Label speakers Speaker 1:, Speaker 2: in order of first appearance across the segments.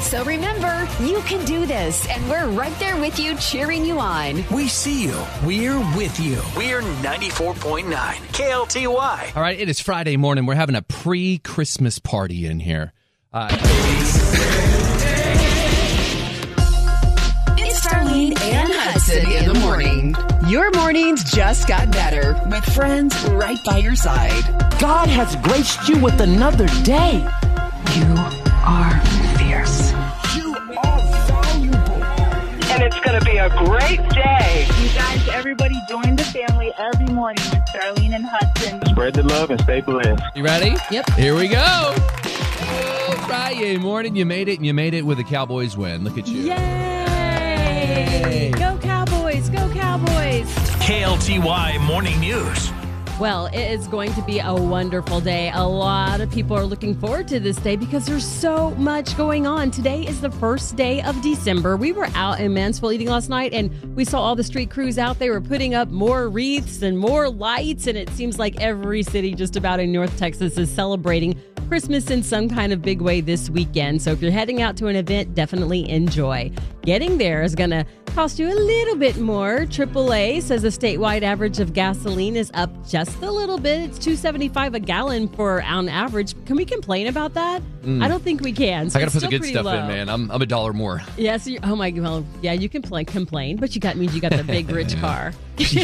Speaker 1: So remember, you can do this, and we're right there with you, cheering you on.
Speaker 2: We see you. We're with you.
Speaker 3: We're 94.9 KLTY.
Speaker 4: All right, it is Friday morning. We're having a pre Christmas party in here.
Speaker 1: It's Darlene and Hudson in the morning.
Speaker 5: Your mornings just got better with friends right by your side.
Speaker 2: God has graced you with another day.
Speaker 5: You are fierce.
Speaker 6: and it's going to be a great day. You guys, everybody, join the family every morning with Darlene and Hudson.
Speaker 7: Spread the love and stay blessed.
Speaker 4: You ready?
Speaker 8: Yep.
Speaker 4: Here we go. Oh, Friday morning, you made it, and you made it with a Cowboys win. Look at you.
Speaker 8: Yay! Go Cowboys! Go Cowboys!
Speaker 3: KLTY Morning News.
Speaker 8: Well, it is going to be a wonderful day. A lot of people are looking forward to this day because there's so much going on. Today is the first day of December. We were out in Mansfield eating last night and we saw all the street crews out. They were putting up more wreaths and more lights, and it seems like every city just about in North Texas is celebrating Christmas in some kind of big way this weekend. So if you're heading out to an event, definitely enjoy. Getting there is going to cost you a little bit more. AAA says the statewide average of gasoline is up just a little bit. It's 2.75 a gallon for on average. Can we complain about that? I don't think we can. So
Speaker 4: Mm. I got to
Speaker 8: it's
Speaker 4: put the
Speaker 8: still
Speaker 4: good
Speaker 8: pretty
Speaker 4: stuff
Speaker 8: low.
Speaker 4: in, man. I'm, I'm a dollar more.
Speaker 8: Yeah, so you oh my well, yeah, you can play, complain, but you got means you got the big rich car.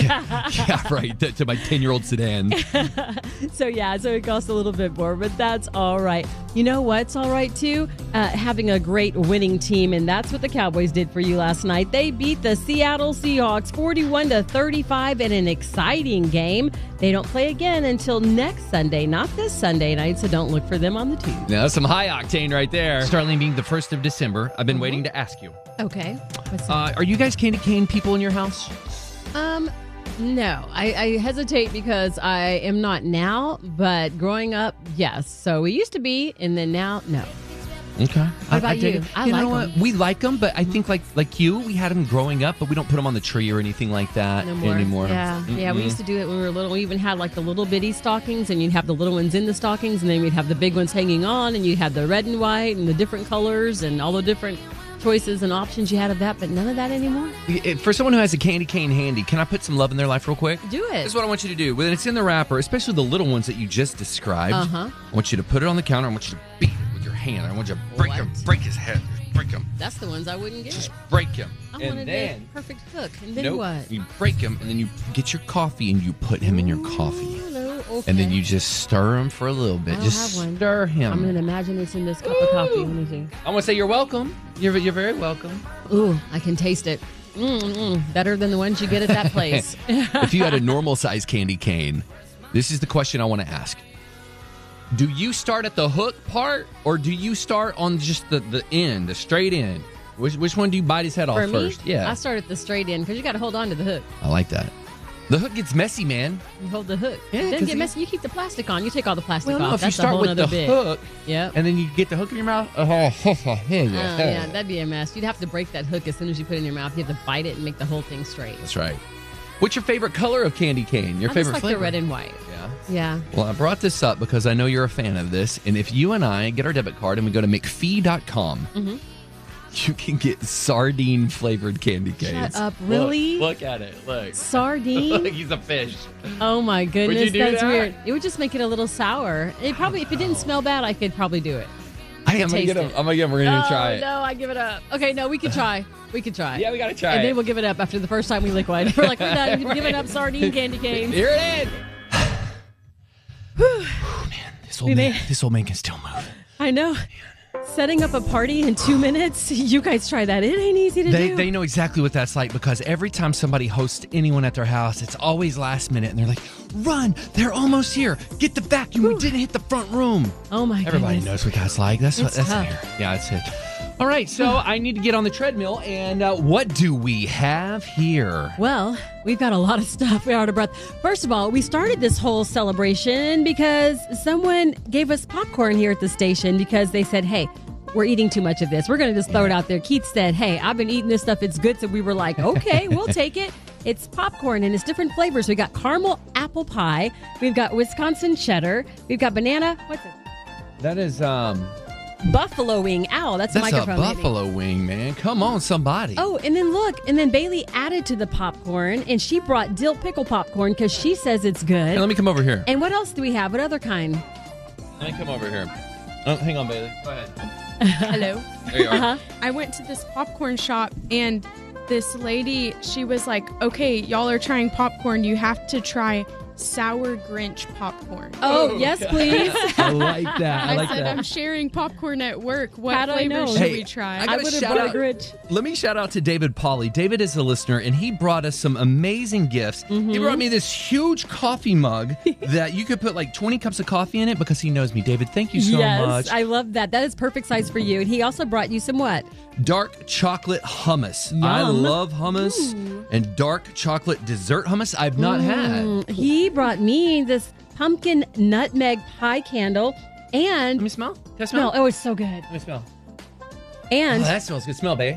Speaker 4: yeah, right. To, to my 10 year old sedan.
Speaker 8: So yeah, so it costs a little bit more, but that's all right. You know what's all right too? Uh, having a great winning team, and that's what the Cowboys did for you last night. They beat the Seattle Seahawks 41 to 35 in an exciting game. They don't play again until next Sunday, not this Sunday night. So don't look for them on the tube.
Speaker 4: Now, that's some high octane right there. Starling being the 1st of December, I've been waiting to ask you
Speaker 8: Okay. What's
Speaker 4: uh, Are you guys candy cane people in your house?
Speaker 8: Um, no, I, I hesitate because I am not now, but growing up, yes. So we used to be, and then now, no.
Speaker 4: Okay. I,
Speaker 8: about
Speaker 4: dig
Speaker 8: you?
Speaker 4: it.
Speaker 8: I
Speaker 4: you
Speaker 8: like
Speaker 4: know
Speaker 8: 'em.
Speaker 4: what? We like them, but I think like like you, we had them growing up, but we don't put them on the tree or anything like that
Speaker 8: No more.
Speaker 4: anymore.
Speaker 8: Yeah, yeah. We used to do it when we were little. We even had like the little bitty stockings, and you'd have the little ones in the stockings, and then we'd have the big ones hanging on, and you'd have the red and white and the different colors and all the different choices and options you had of that. But none of that anymore.
Speaker 4: It- Mm. for someone who has a candy cane handy, can I put some love in their life real quick?
Speaker 8: Do it.
Speaker 4: This is what I want you to do. When it's in the wrapper, especially the little ones that you just described,
Speaker 8: Uh-huh.
Speaker 4: I want you to put it on the counter. I want you to beat it with your hand. I want you to break him,
Speaker 8: What?
Speaker 4: break his head, break him,
Speaker 8: That's the ones I wouldn't get.
Speaker 4: just break him.
Speaker 8: I
Speaker 4: and
Speaker 8: wanted
Speaker 4: then,
Speaker 8: a perfect hook, and then
Speaker 4: nope,
Speaker 8: what?
Speaker 4: you break him, and then you get your coffee and you put him in your coffee.
Speaker 8: Hello, okay.
Speaker 4: And then you just stir him for a little bit.
Speaker 8: I don't
Speaker 4: just
Speaker 8: have one.
Speaker 4: stir him.
Speaker 8: I'm gonna imagine it's in this cup of coffee. Let me see.
Speaker 4: I want to say you're welcome. You're, you're very welcome.
Speaker 8: Ooh, I can taste it. Mm-mm, better than the ones you get at that place.
Speaker 4: if you had a normal size candy cane, this is the question I want to ask. Do you start at the hook part or do you start on just the, the end, the straight end? Which, which one do you bite his head
Speaker 8: For
Speaker 4: off
Speaker 8: me,
Speaker 4: first? Yeah.
Speaker 8: I start at the straight end because you got to hold on to the hook.
Speaker 4: I like that. The hook gets messy, man.
Speaker 8: You hold the hook.
Speaker 4: Yeah,
Speaker 8: It doesn't
Speaker 4: 'cause
Speaker 8: get
Speaker 4: you-
Speaker 8: messy. You keep the plastic on. You take all the plastic
Speaker 4: Well,
Speaker 8: off.
Speaker 4: no, if you
Speaker 8: That's a
Speaker 4: start
Speaker 8: whole
Speaker 4: with
Speaker 8: nother
Speaker 4: the
Speaker 8: bit.
Speaker 4: hook
Speaker 8: Yep.
Speaker 4: and then you get the hook in your mouth, oh,
Speaker 8: Oh, yeah, that'd be a mess. You'd have to break that hook as soon as you put it in your mouth. You have to bite it and make the whole thing straight.
Speaker 4: that's right. What's your favorite color of candy cane? Your
Speaker 8: I
Speaker 4: favorite
Speaker 8: just like
Speaker 4: flavor?
Speaker 8: the red and white.
Speaker 4: yeah.
Speaker 8: Yeah.
Speaker 4: Well, I brought this up because I know you're a fan of this. And if you and I get our debit card and we go to McPhee.com,
Speaker 8: Mm-hmm.
Speaker 4: you can get sardine flavored candy canes.
Speaker 8: up, really?
Speaker 4: Look, look at it. Look. Look,
Speaker 8: Sardine.
Speaker 4: he's a fish.
Speaker 8: oh my goodness,
Speaker 4: do
Speaker 8: that's
Speaker 4: that? Oh.
Speaker 8: weird. It would just make it a little sour. It probably, if it didn't smell bad, I could probably do it.
Speaker 4: I am going to
Speaker 8: Taste
Speaker 4: get him.
Speaker 8: it.
Speaker 4: I'm going to get him. We're going to
Speaker 8: oh,
Speaker 4: try it.
Speaker 8: No, I give it up. Okay, no, we could try. We could try.
Speaker 4: Yeah, we got to try
Speaker 8: and
Speaker 4: it.
Speaker 8: then we'll give it up after the first time we lick one. We're like, we're done. We've given up sardine candy canes.
Speaker 4: Here it is. Whew, man, this old man, this old man can still move.
Speaker 8: I know. Setting up a party in two minutes. You guys try that. It ain't easy to
Speaker 4: They,
Speaker 8: do.
Speaker 4: they know exactly what that's like because every time somebody hosts anyone at their house, it's always last minute, and they're like, "Run! They're almost here! Get the vacuum! We didn't hit the front room."
Speaker 8: oh my
Speaker 4: Everybody
Speaker 8: goodness.
Speaker 4: knows what that's like. That's what
Speaker 8: It's
Speaker 4: that's
Speaker 8: tough.
Speaker 4: hair. Yeah, that's it. Hmm. All right, so I need to get on the treadmill. And uh, what do we have here?
Speaker 8: Well, we've got a lot of stuff. We're out of breath. First of all, we started this whole celebration because someone gave us popcorn here at the station because they said, hey, we're eating too much of this. We're going to just throw it out there. Keith said, hey, I've been eating this stuff. It's good. So we were like, okay, we'll take it. It's popcorn and it's different flavors. We got caramel apple pie. We've got Wisconsin cheddar. We've got banana. What's it?
Speaker 4: That is um,
Speaker 8: buffaloing owl. That's,
Speaker 4: That's a
Speaker 8: microphone. baby.
Speaker 4: buffalo wing, man. Come on, somebody.
Speaker 8: Oh, and then look, and then Bailey added to the popcorn, and she brought dill pickle popcorn because she says it's good.
Speaker 4: Hey, let me come over here.
Speaker 8: and what else do we have? What other kind?
Speaker 4: Let me come over here. Oh, hang on, Bailey. Go ahead.
Speaker 9: Hello. Uh-huh.
Speaker 4: There you are.
Speaker 9: I went to this popcorn shop and this lady, she was like, "Okay, y'all are trying popcorn. You have to try sour Grinch popcorn."
Speaker 8: Oh, yes, please.
Speaker 10: I like that. I like
Speaker 9: said, I'm
Speaker 10: that.
Speaker 9: sharing popcorn at work. What
Speaker 8: How'd I know?
Speaker 9: flavor should
Speaker 4: Hey,
Speaker 9: we try?
Speaker 4: I
Speaker 8: I
Speaker 4: gotta
Speaker 8: would have
Speaker 4: shout
Speaker 8: bought
Speaker 4: out-
Speaker 8: a Grinch.
Speaker 4: Let me shout out to David Polly. David is a listener, and he brought us some amazing gifts.
Speaker 8: Mm-hmm.
Speaker 4: He brought me this huge coffee mug that you could put like 20 cups of coffee in it because he knows me. David, thank you so
Speaker 8: yes,
Speaker 4: much.
Speaker 8: I love that. That is perfect size for you. And he also brought you some what?
Speaker 4: dark chocolate hummus. I
Speaker 8: Yum.
Speaker 4: love hummus and dark chocolate dessert hummus I've not had.
Speaker 8: Mm, He brought me this pumpkin nutmeg pie candle,
Speaker 4: Let me
Speaker 8: and
Speaker 4: smell. Can I smell?
Speaker 8: smell. Oh, it's so good.
Speaker 4: Let me smell. Oh,
Speaker 8: And
Speaker 4: that smells good. Smell, babe.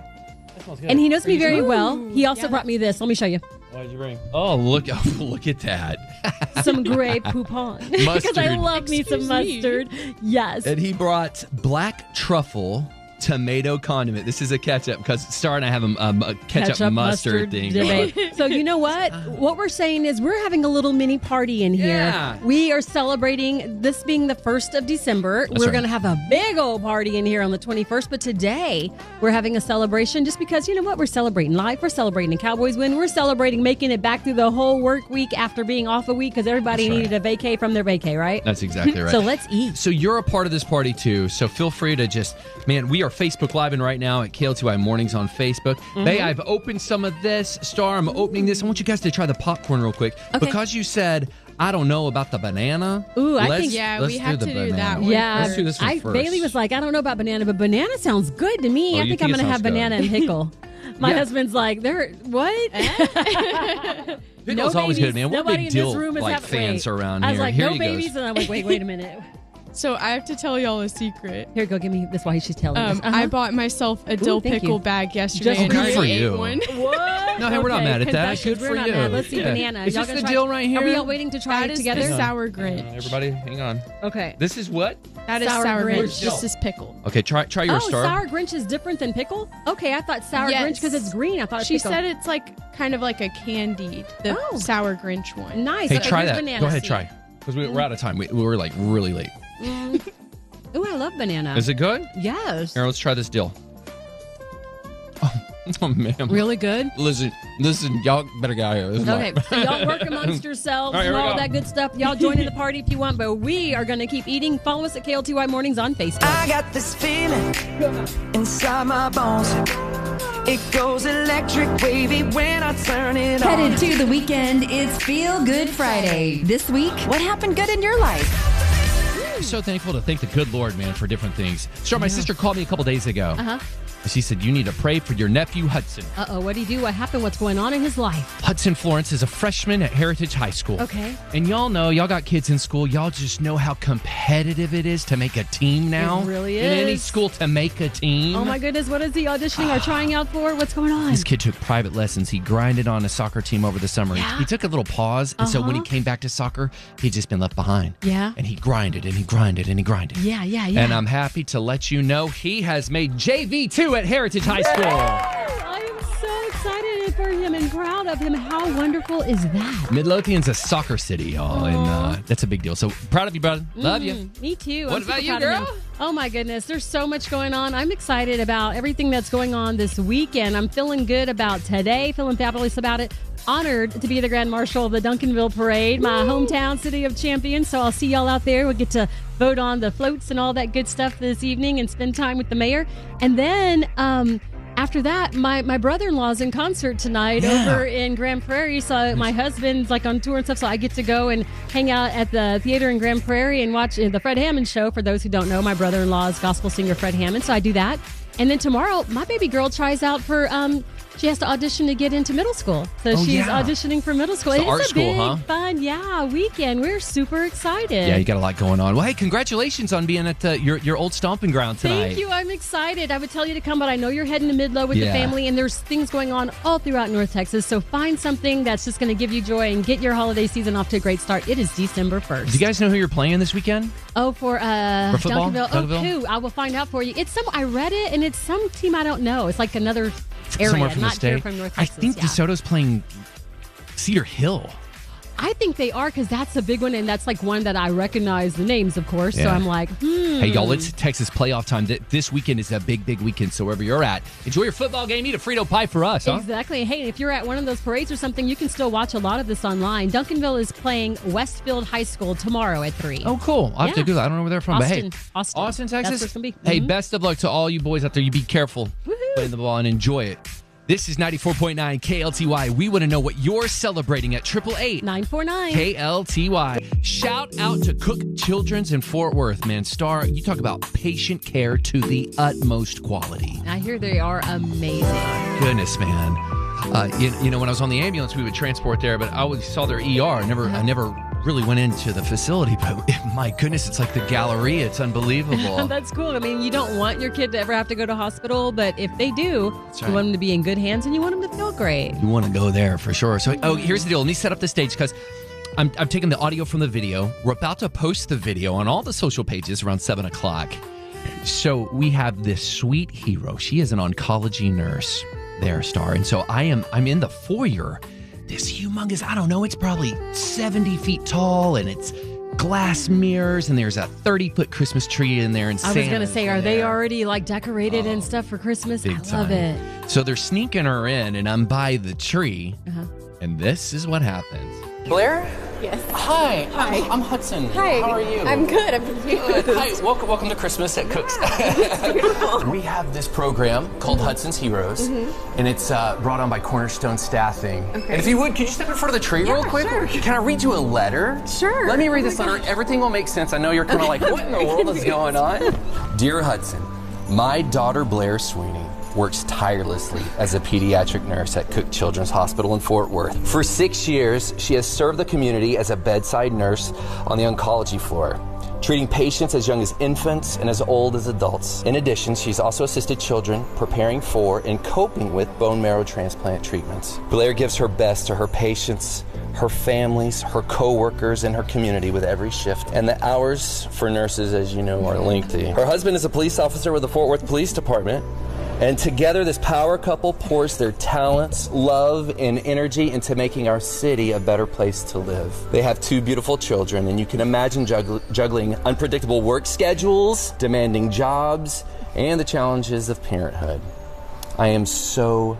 Speaker 4: That smells good.
Speaker 8: and he knows me very well. He also brought me this. Let me show you
Speaker 4: What did you bring? Oh, look! Oh, look at that.
Speaker 8: some gray poupon because I
Speaker 4: Mustard.
Speaker 8: love me some mustard. Yes.
Speaker 4: And he brought black truffle tomato condiment. This is a ketchup because Star and I have a, um, a ketchup, mustard, thing. going.
Speaker 8: debate. so you know what? What we're saying is we're having a little mini party in here.
Speaker 4: Yeah.
Speaker 8: We are celebrating this being the first of December. we're
Speaker 4: right.
Speaker 8: gonna have a big old party in here on the twenty first. But today we're having a celebration just because you know what? We're celebrating life. We're celebrating a Cowboys win. We're celebrating making it back through the whole work week after being off a week because everybody
Speaker 4: That's right.
Speaker 8: needed a vacay from their vacay, right?
Speaker 4: That's exactly right.
Speaker 8: So let's eat.
Speaker 4: So you're a part of this party too. So feel free to just, man, we are Facebook Live and right now at KL2I Mornings on Facebook.
Speaker 8: Mm-hmm.
Speaker 4: Hey, I've opened some of this. Star, I'm opening this. I want you guys to try the popcorn real quick
Speaker 8: Okay.
Speaker 4: because you said I don't know about the banana.
Speaker 8: Ooh, I
Speaker 4: Let's-
Speaker 8: think-
Speaker 9: Yeah,
Speaker 4: let's
Speaker 9: we have
Speaker 4: the
Speaker 9: to do
Speaker 4: banana.
Speaker 9: that one.
Speaker 8: Yeah,
Speaker 4: Let's do this one
Speaker 8: I,
Speaker 4: first.
Speaker 8: Bailey was like, I don't know about banana, but banana sounds good to me.
Speaker 4: Oh,
Speaker 8: I
Speaker 4: you
Speaker 8: think,
Speaker 4: think
Speaker 8: I'm
Speaker 4: it
Speaker 8: gonna have
Speaker 4: sounds good.
Speaker 8: banana and pickle. My
Speaker 4: Yeah.
Speaker 8: husband's like, they're what?
Speaker 9: Eh?
Speaker 4: Pickle's always
Speaker 8: babies.
Speaker 4: good, man. What
Speaker 8: Nobody
Speaker 4: big
Speaker 8: in
Speaker 4: deal,
Speaker 8: this room is
Speaker 4: like,
Speaker 8: having-
Speaker 4: fans
Speaker 8: wait.
Speaker 4: around
Speaker 8: I was
Speaker 4: here.
Speaker 8: like,
Speaker 4: Here
Speaker 8: no
Speaker 4: he goes.
Speaker 8: babies, and I'm like, wait, wait a minute.
Speaker 9: so I have to tell y'all a secret.
Speaker 8: Here, go give me this while she's telling
Speaker 9: Um,
Speaker 8: us. Uh-huh.
Speaker 9: I bought myself a dill
Speaker 8: Ooh, thank
Speaker 9: pickle
Speaker 8: you.
Speaker 9: bag yesterday.
Speaker 8: Just
Speaker 9: and
Speaker 8: Oh,
Speaker 9: I
Speaker 8: good
Speaker 4: for
Speaker 9: already ate
Speaker 4: you.
Speaker 9: One.
Speaker 8: what?
Speaker 4: uh, No, hey, we're not
Speaker 8: Okay,
Speaker 4: mad at that.
Speaker 8: confessions.
Speaker 4: Good
Speaker 8: we're
Speaker 4: for
Speaker 8: not
Speaker 4: you.
Speaker 8: Mad. Let's see
Speaker 4: Yeah.
Speaker 8: banana.
Speaker 4: Is
Speaker 8: Y'all
Speaker 4: this
Speaker 8: gonna
Speaker 4: the
Speaker 8: try-
Speaker 4: deal right
Speaker 8: Are we
Speaker 4: here?
Speaker 8: all waiting to try
Speaker 9: That
Speaker 8: it
Speaker 9: is
Speaker 8: together?
Speaker 9: the sour Grinch.
Speaker 4: Uh, Everybody, hang on.
Speaker 8: Okay.
Speaker 4: This is what?
Speaker 9: That is
Speaker 8: Sour
Speaker 9: sour,
Speaker 8: Grinch.
Speaker 9: Grinch. Just as pickle.
Speaker 4: Okay, try try your
Speaker 8: Oh,
Speaker 4: star.
Speaker 8: sour Grinch is different than pickle. Okay, I thought sour
Speaker 9: Yes.
Speaker 8: Grinch because it's green. I thought
Speaker 9: She
Speaker 8: pickle.
Speaker 9: said it's like kind of like a candied, the
Speaker 8: Oh.
Speaker 9: sour Grinch one.
Speaker 8: nice.
Speaker 4: Hey,
Speaker 8: Okay,
Speaker 4: try
Speaker 8: here's
Speaker 4: that.
Speaker 8: Banana
Speaker 4: Go ahead,
Speaker 8: seed.
Speaker 4: try. Because we, we're out of time. We, we were like really late.
Speaker 8: Uh-huh. Ooh, I love banana.
Speaker 4: Is it good?
Speaker 8: Yes.
Speaker 4: Here, let's try this deal. Oh, oh man.
Speaker 8: Really good.
Speaker 4: Listen, listen, y'all better get out of here. This is
Speaker 8: Okay,
Speaker 4: mine.
Speaker 8: so y'all work amongst yourselves
Speaker 4: All right, here
Speaker 8: and
Speaker 4: we
Speaker 8: all
Speaker 4: go.
Speaker 8: that good stuff. Y'all join in the party if you want, but we are going to keep eating. Follow us at KLTY Mornings on Facebook.
Speaker 2: I got this feeling inside my bones. It goes electric wavy when I turn it on.
Speaker 1: Headed to the weekend, it's Feel Good Friday. This week, what happened good in your life?
Speaker 4: I'm so thankful to thank the good Lord, man, for different things. Sure, my sister called me a couple days ago. Uh-huh. She said, You need to pray for your nephew, Hudson.
Speaker 8: Uh oh, what do you do? What happened? What's going on in his life?
Speaker 4: Hudson Florence is a freshman at Heritage High School.
Speaker 8: Okay.
Speaker 4: And y'all know, y'all got kids in school. Y'all just know how competitive it is to make a team now.
Speaker 8: really
Speaker 4: In any
Speaker 8: is.
Speaker 4: school to make a team.
Speaker 8: Oh my goodness, what is he auditioning or trying out for? What's going on?
Speaker 4: This kid took private lessons. He grinded on a soccer team over the summer. He- He, took a little pause. And so when he came back to soccer, he'd just been left behind.
Speaker 8: Uh-huh. Yeah.
Speaker 4: And he grinded and he grinded and he grinded.
Speaker 8: Yeah, yeah, yeah.
Speaker 4: And I'm happy to let you know he has made JV2 at Heritage High School.
Speaker 8: I am so excited for him and proud of him. How wonderful is that?
Speaker 4: Midlothian's a soccer city, y'all. And uh, that's a big deal. So proud of you, brother. Love you.
Speaker 8: Mm, Me too.
Speaker 4: What
Speaker 8: I'm super
Speaker 4: about you,
Speaker 8: proud of him.
Speaker 4: girl?
Speaker 8: Oh my goodness, there's so much going on. I'm excited about everything that's going on this weekend. I'm feeling good about today, feeling fabulous about it. Honored to be the Grand Marshal of the Duncanville Parade, my hometown city of champions. So I'll see y'all out there. We'll get to vote on the floats and all that good stuff this evening and spend time with the mayor. And then, um, after that, my, my brother in law's in concert tonight
Speaker 4: Yeah.
Speaker 8: over in Grand Prairie. So my husband's like on tour and stuff. So I get to go and hang out at the theater in Grand Prairie and watch uh, the Fred Hammond show. For those who don't know, my brother in law is gospel singer Fred Hammond. So I do that. And then tomorrow, my baby girl tries out for um, She has to audition to get into middle school. So
Speaker 4: Oh,
Speaker 8: she's
Speaker 4: yeah.
Speaker 8: auditioning for middle school.
Speaker 4: It's
Speaker 8: It's
Speaker 4: the art
Speaker 8: a
Speaker 4: school,
Speaker 8: big,
Speaker 4: huh?
Speaker 8: fun, yeah, weekend. We're super excited.
Speaker 4: Yeah, you got a lot going on. Well, hey, congratulations on being at uh, your your old stomping ground tonight.
Speaker 8: Thank you. I'm excited. I would tell you to come, but I know you're heading to Midlow with
Speaker 4: Yeah.
Speaker 8: the family, and there's things going on all throughout North Texas. So find something that's just going to give you joy and get your holiday season off to a great start. It is December 1st.
Speaker 4: Do you guys know who you're playing this weekend?
Speaker 8: oh, for, uh,
Speaker 4: For football?
Speaker 8: Duncanville.
Speaker 4: Duncanville?
Speaker 8: Oh, who? I will find out for you. It's some, I read it, and it's some team I don't know. It's like another area,
Speaker 4: Somewhere from
Speaker 8: not
Speaker 4: the state.
Speaker 8: here from North
Speaker 4: I
Speaker 8: Texas.
Speaker 4: think
Speaker 8: yeah.
Speaker 4: DeSoto's playing Cedar Hill.
Speaker 8: I think they are because that's a big one, and that's like one that I recognize the names, of course. So
Speaker 4: Yeah.
Speaker 8: I'm like, hmm.
Speaker 4: Hey, y'all, it's Texas playoff time. Th- This weekend is a big, big weekend. So wherever you're at, enjoy your football game. Eat a Frito pie for us, huh?
Speaker 8: Exactly. Hey, and if you're at one of those parades or something, you can still watch a lot of this online. Duncanville is playing Westfield High School tomorrow at 3.
Speaker 4: Oh, cool. I'll have to
Speaker 8: Yeah.
Speaker 4: do that. I don't know where they're from,
Speaker 8: Austin.
Speaker 4: but hey,
Speaker 8: Austin. That's
Speaker 4: Texas.
Speaker 8: where it's gonna be.
Speaker 4: Hey,
Speaker 8: Mhm.
Speaker 4: best of luck to all you boys out there. You be careful playing the ball and enjoy it. This is 94.9 KLTY. We want to know what you're celebrating at 888
Speaker 8: 949.
Speaker 4: KLTY. Shout out to Cook Children's in Fort Worth, man. Star, you talk about patient care to the utmost quality.
Speaker 8: I hear they are amazing.
Speaker 4: Goodness, man. Uh, you, you know, when I was on the ambulance, we would transport there, but I always saw their ER. I never, I never really went into the facility, but my goodness, it's like the gallery. It's unbelievable.
Speaker 8: That's cool. I mean, you don't want your kid to ever have to go to hospital, but if they do,
Speaker 4: right.
Speaker 8: you want them to be in good hands and you want them to feel great.
Speaker 4: You want to go there for sure. So, oh, here's the deal. Let me set up the stage because I'm, I'm taking the audio from the video. We're about to post the video on all the social pages around seven o'clock. So, we have this sweet hero. She is an oncology nurse there, Star. And so, I am I'm in the foyer. This humongous, I don't know, it's probably 70 feet tall and it's glass mirrors and there's a 30 foot Christmas tree in there. And
Speaker 8: I was going to
Speaker 4: Santa's
Speaker 8: say,
Speaker 4: in
Speaker 8: are they
Speaker 4: there.
Speaker 8: already like decorated and stuff for Christmas? I
Speaker 4: Oh. Big
Speaker 8: love
Speaker 4: time.
Speaker 8: it.
Speaker 4: So they're sneaking her in, and I'm by the tree, and this is what happens.
Speaker 10: Blair? Yes. Hi. Hi. I'm, I'm Hudson. Hi. How are you?
Speaker 11: I'm good. I'm
Speaker 10: good. Hi. Welcome. Welcome to Christmas at Cook's. we have this program called
Speaker 11: Mm-hmm.
Speaker 10: Hudson's Heroes, and it's uh, brought on by Cornerstone Staffing.
Speaker 11: Okay.
Speaker 10: And if you would, could you step in front of the tree real quick?
Speaker 11: sure. Oh
Speaker 10: Can I read you a letter? Sure. Let me read this letter. Everything will make sense. I know you're kind of like, what in the world is going on? Dear Hudson, my daughter Blair Sweeney works tirelessly as a pediatric nurse at Cook Children's Hospital in Fort Worth. For six years, she has served the community as a bedside nurse on the oncology floor. Treating patients as young as infants and as old as adults. In addition, she's also assisted children preparing for and coping with bone marrow transplant treatments. Blair gives her best to her patients, her families, her coworkers, and her community with every shift. And the hours for nurses, as you know, are lengthy. Her husband is a police officer with the Fort Worth Police Department. And together, this power couple pours their talents, love, and energy into making our city a better place to live. They have two beautiful children, and you can imagine jugg- juggling unpredictable work schedules, demanding jobs, and the challenges of parenthood. I am so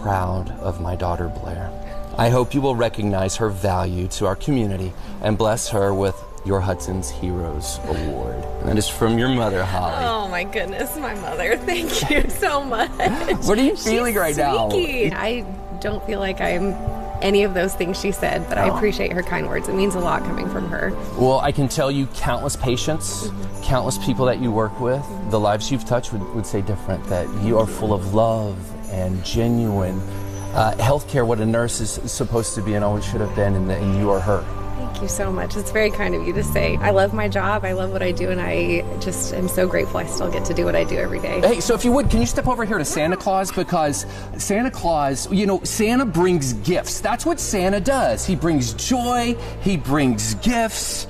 Speaker 10: proud of my daughter Blair. I hope you will recognize her value to our community and bless her with your Hudson's Heroes Award. And that is from your mother, Holly.
Speaker 11: Oh my goodness, my mother. Thank you so much.
Speaker 10: What are you feeling
Speaker 11: She's
Speaker 10: right now?
Speaker 11: sneaky. I don't feel like I'm any of those things she said, but
Speaker 10: Oh.
Speaker 11: I appreciate her kind words. It means a lot coming from her.
Speaker 10: Well, I can tell you countless patients, countless people that you work with, the lives you've touched would, would say different that you are full of love and genuine uh, healthcare, what a nurse is supposed to be and always should have been, and, that- and you are her.
Speaker 11: Thank you so much. It's very kind of you to say. I love my job. I love what I do, and I just am so grateful I still get to do what I do every day.
Speaker 10: Hey, so if you would, can you step over here to Santa Claus? Because Santa Claus, you know, Santa brings gifts. That's what Santa does. He brings joy, he brings gifts.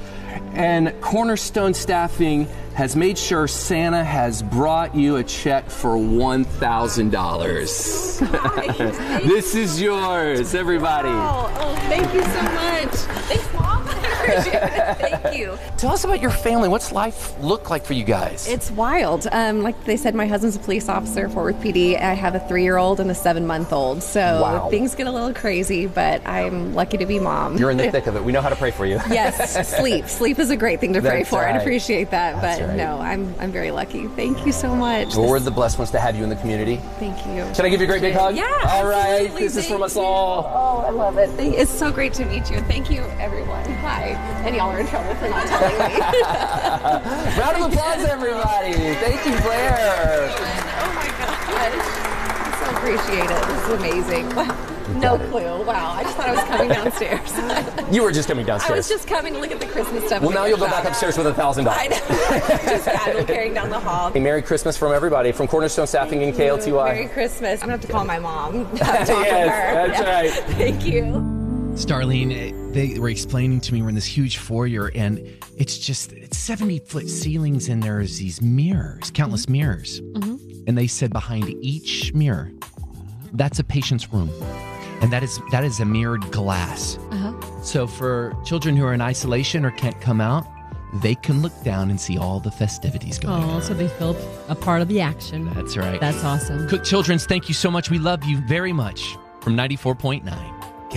Speaker 10: And Cornerstone Staffing has made sure Santa has brought you a check for $1,000. this is yours, everybody.
Speaker 11: Oh, oh, thank you so much. Thanks, Mom. thank you.
Speaker 10: Tell us about your family. What's life look like for you guys?
Speaker 11: It's wild. Um, like they said, my husband's a police officer, Fort Worth PD. I have a three-year-old and a seven-month-old, so
Speaker 10: Wow.
Speaker 11: things get a little crazy. But I'm lucky to be mom.
Speaker 10: You're in the thick of it. We know how to pray for you.
Speaker 11: yes, sleep. Sleep is a great thing to pray
Speaker 10: That's
Speaker 11: for.
Speaker 10: right.
Speaker 11: I'd appreciate that.
Speaker 10: That's
Speaker 11: but
Speaker 10: right.
Speaker 11: no, I'm I'm very lucky. Thank you so much.
Speaker 10: Well, we're the blessed ones to have you in the community.
Speaker 11: Thank you.
Speaker 10: Can I give you a great big hug?
Speaker 11: Yeah.
Speaker 10: All right.
Speaker 11: absolutely.
Speaker 10: This is from
Speaker 11: Thank
Speaker 10: us all.
Speaker 11: you. Oh, I love it. Thank- it's so great to meet you. Thank you, everyone. Hi. And y'all are in trouble for not telling me.
Speaker 10: Round of applause, everybody. Thank you, Blair.
Speaker 11: oh my gosh. I'm so appreciate it. This is amazing. No clue. Wow. I just thought I was coming downstairs.
Speaker 10: You were just coming
Speaker 11: I was
Speaker 10: downstairs.
Speaker 11: just coming to look at the Christmas stuff.
Speaker 10: Well, now you'll go
Speaker 11: Shop.
Speaker 10: back upstairs with a thousand dollars.
Speaker 11: I know. just casual carrying down the hall.
Speaker 10: Hey, Merry Christmas from everybody from Cornerstone Staffing and KLTY.
Speaker 11: Merry Christmas. I'm going to have to call my mom. Talk to her.
Speaker 10: yes, that's
Speaker 11: Yeah.
Speaker 10: right.
Speaker 11: Thank you.
Speaker 4: Starlene, eh, they were explaining to me we're in this huge foyer, and it's just it's seventy foot ceilings, and there's these mirrors, countless
Speaker 8: Mm-hmm.
Speaker 4: mirrors, and they said behind each mirror, that's a patient's room, and that is that is a mirrored glass.
Speaker 8: Uh-huh.
Speaker 4: So for children who are in isolation or can't come out, they can look down and see all the festivities going.
Speaker 8: Oh, so they feel a part of the action.
Speaker 4: That's right.
Speaker 8: That's awesome.
Speaker 4: Cook Children's, thank you so much. We love you very much from ninety four point nine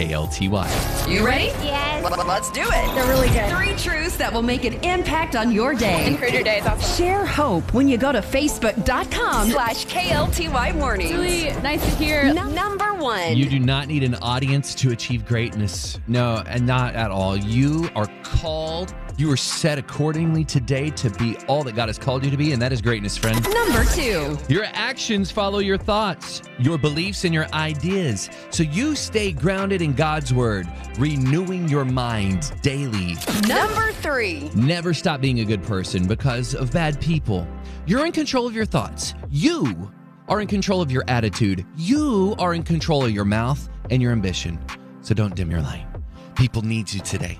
Speaker 4: KLTY.
Speaker 1: You ready? Yes. Let's do it.
Speaker 11: They're really good.
Speaker 1: Three truths that will make an impact on your day.
Speaker 11: Improve your day. It's awesome.
Speaker 1: Share hope when you go to facebook.com slash KLTY mornings.
Speaker 9: Sweet. Nice to hear.
Speaker 1: Number one.
Speaker 4: You do not need an audience to achieve greatness. No, and not at all. You are called, you are set accordingly today to be all that God has called you to be, and that is greatness, friend.
Speaker 1: Number two.
Speaker 4: Your actions follow your thoughts, your beliefs, and your ideas. So you stay grounded in God's word, renewing your mind daily.
Speaker 1: Number three.
Speaker 4: Never stop being a good person because of bad people. You're in control of your thoughts. You are in control of your attitude. You are in control of your mouth and your ambition. So don't dim your light. People need you today.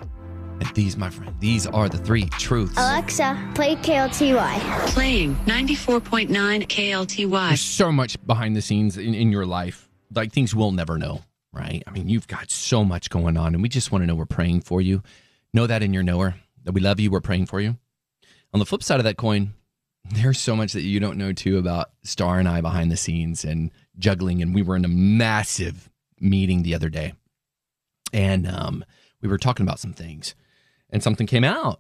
Speaker 4: And these, my friend, these are the three truths.
Speaker 12: Alexa, play KLTY. Playing 94.9 KLTY.
Speaker 4: There's so much behind the scenes in, in your life, like things we'll never know, right? I mean, you've got so much going on, and we just want to know we're praying for you. Know that in your knower that we love you, we're praying for you. On the flip side of that coin, there's so much that you don't know too about Star and I behind the scenes and juggling. And we were in a massive meeting the other day, and um, we were talking about some things, and something came out.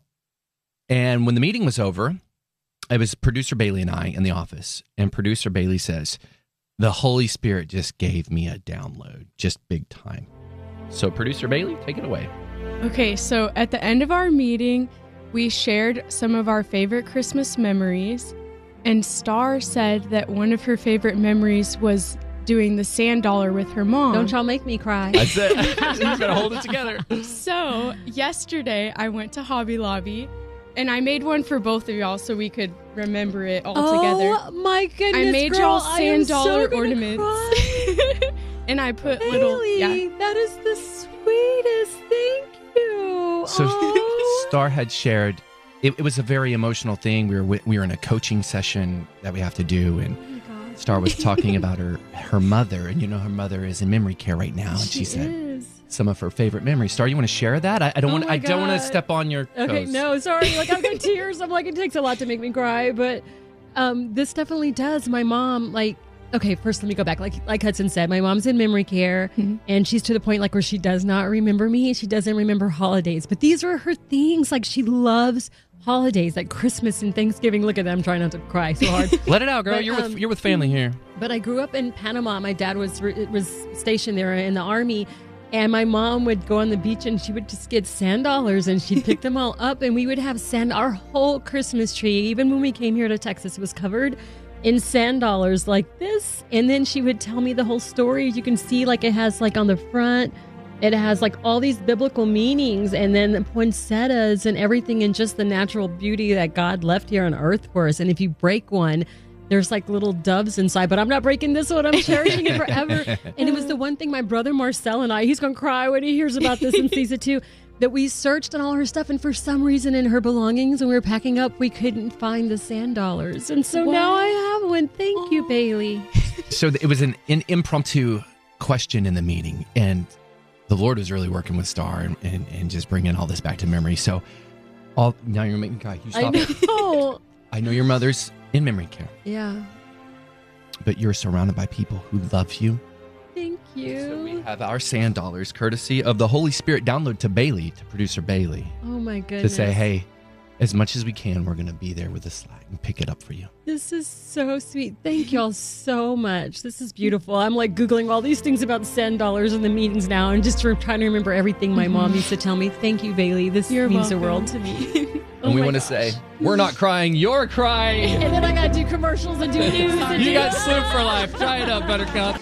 Speaker 4: And when the meeting was over, it was producer Bailey and I in the office, and producer Bailey says, "The Holy Spirit just gave me a download, just big time." So, producer Bailey, take it away.
Speaker 9: Okay, so at the end of our meeting, we shared some of our favorite Christmas memories, and Star said that one of her favorite memories was doing the sand dollar with her mom.
Speaker 8: Don't y'all make me cry.
Speaker 4: That's it. She's gonna hold it together.
Speaker 9: So, yesterday I went to Hobby Lobby and I made one for both of y'all so we could remember it all together.
Speaker 8: Oh my goodness,
Speaker 9: I made
Speaker 8: girl,
Speaker 9: y'all
Speaker 8: I am
Speaker 9: sand dollar
Speaker 8: so gonna
Speaker 9: ornaments. and I put little
Speaker 8: Bailey,
Speaker 9: yeah.
Speaker 8: that is the sweetest. Thank you.
Speaker 4: So, Star had shared. It, it was a very emotional thing. We were wi- we were in a coaching session that we have to do,
Speaker 8: Oh
Speaker 4: and Star was talking about her her mother, and you know her mother is in memory care right now, and she, said some of her favorite memories. Star, you want to share that? I, I don't
Speaker 8: Oh
Speaker 4: want
Speaker 8: my
Speaker 4: I don't want
Speaker 8: God.
Speaker 4: to step on your toes.
Speaker 8: Okay, no, sorry. Like I've got tears. I'm like, it takes a lot to make me cry, but um, this definitely does. My mom, like, okay, first let me go back. Like, like Hudson said, my mom's in memory care,
Speaker 9: Mm-hmm.
Speaker 8: and she's to the point like where she does not remember me. She doesn't remember holidays, but these are her things. Like she loves holidays, like Christmas and Thanksgiving. Look at that. I'm trying not to cry so hard.
Speaker 4: Let it out, girl.
Speaker 8: But,
Speaker 4: you're with
Speaker 8: um,
Speaker 4: you're with family here.
Speaker 8: But I grew up in Panama. My dad was was stationed there in the army, and my mom would go on the beach and she would just get sand dollars and she'd pick them all up, and we would have sand. Our whole Christmas tree, even when we came here to Texas, was covered in sand dollars like this. And then she would tell me the whole story. You can see like it has like on the front. It has like all these biblical meanings and then the poinsettias and everything and just the natural beauty that God left here on earth for us. And if you break one, there's like little doves inside, but I'm not breaking this one. I'm cherishing it forever. And it was the one thing my brother Marcel and I, he's going to cry when he hears about this and sees it too, that we searched on all her stuff. And for some reason, in her belongings, when we were packing up, we couldn't find the sand dollars. And so now
Speaker 9: What?
Speaker 8: I have one. Thank
Speaker 4: Oh.
Speaker 8: you, Bailey.
Speaker 4: so it was an, an impromptu question in the meeting and the lord was really working with star and, and, and just bringing all this back to memory so all now you're making god you
Speaker 8: I
Speaker 4: stop it.
Speaker 8: know.
Speaker 4: i know your mother's in memory care
Speaker 8: yeah.
Speaker 4: but you're surrounded by people who love you
Speaker 8: Thank you.
Speaker 4: have our sand dollars courtesy of the holy spirit download to bailey to producer bailey
Speaker 8: Oh my goodness.
Speaker 4: to say hey as much as we can we're going to be there with a slack and pick it up for you
Speaker 8: This is so sweet. Thank y'all so much. This is beautiful. I'm like Googling all these things about sand dollars in the meetings now and just re- trying to remember everything my mom used to tell me. Thank you, Bailey. This
Speaker 9: You're
Speaker 8: means the
Speaker 9: welcome.
Speaker 8: world to me.
Speaker 4: and we want to say we're not crying you're crying
Speaker 8: and then I got to do commercials and do news. And
Speaker 4: you
Speaker 8: do-
Speaker 4: got slim for life try it out buttercup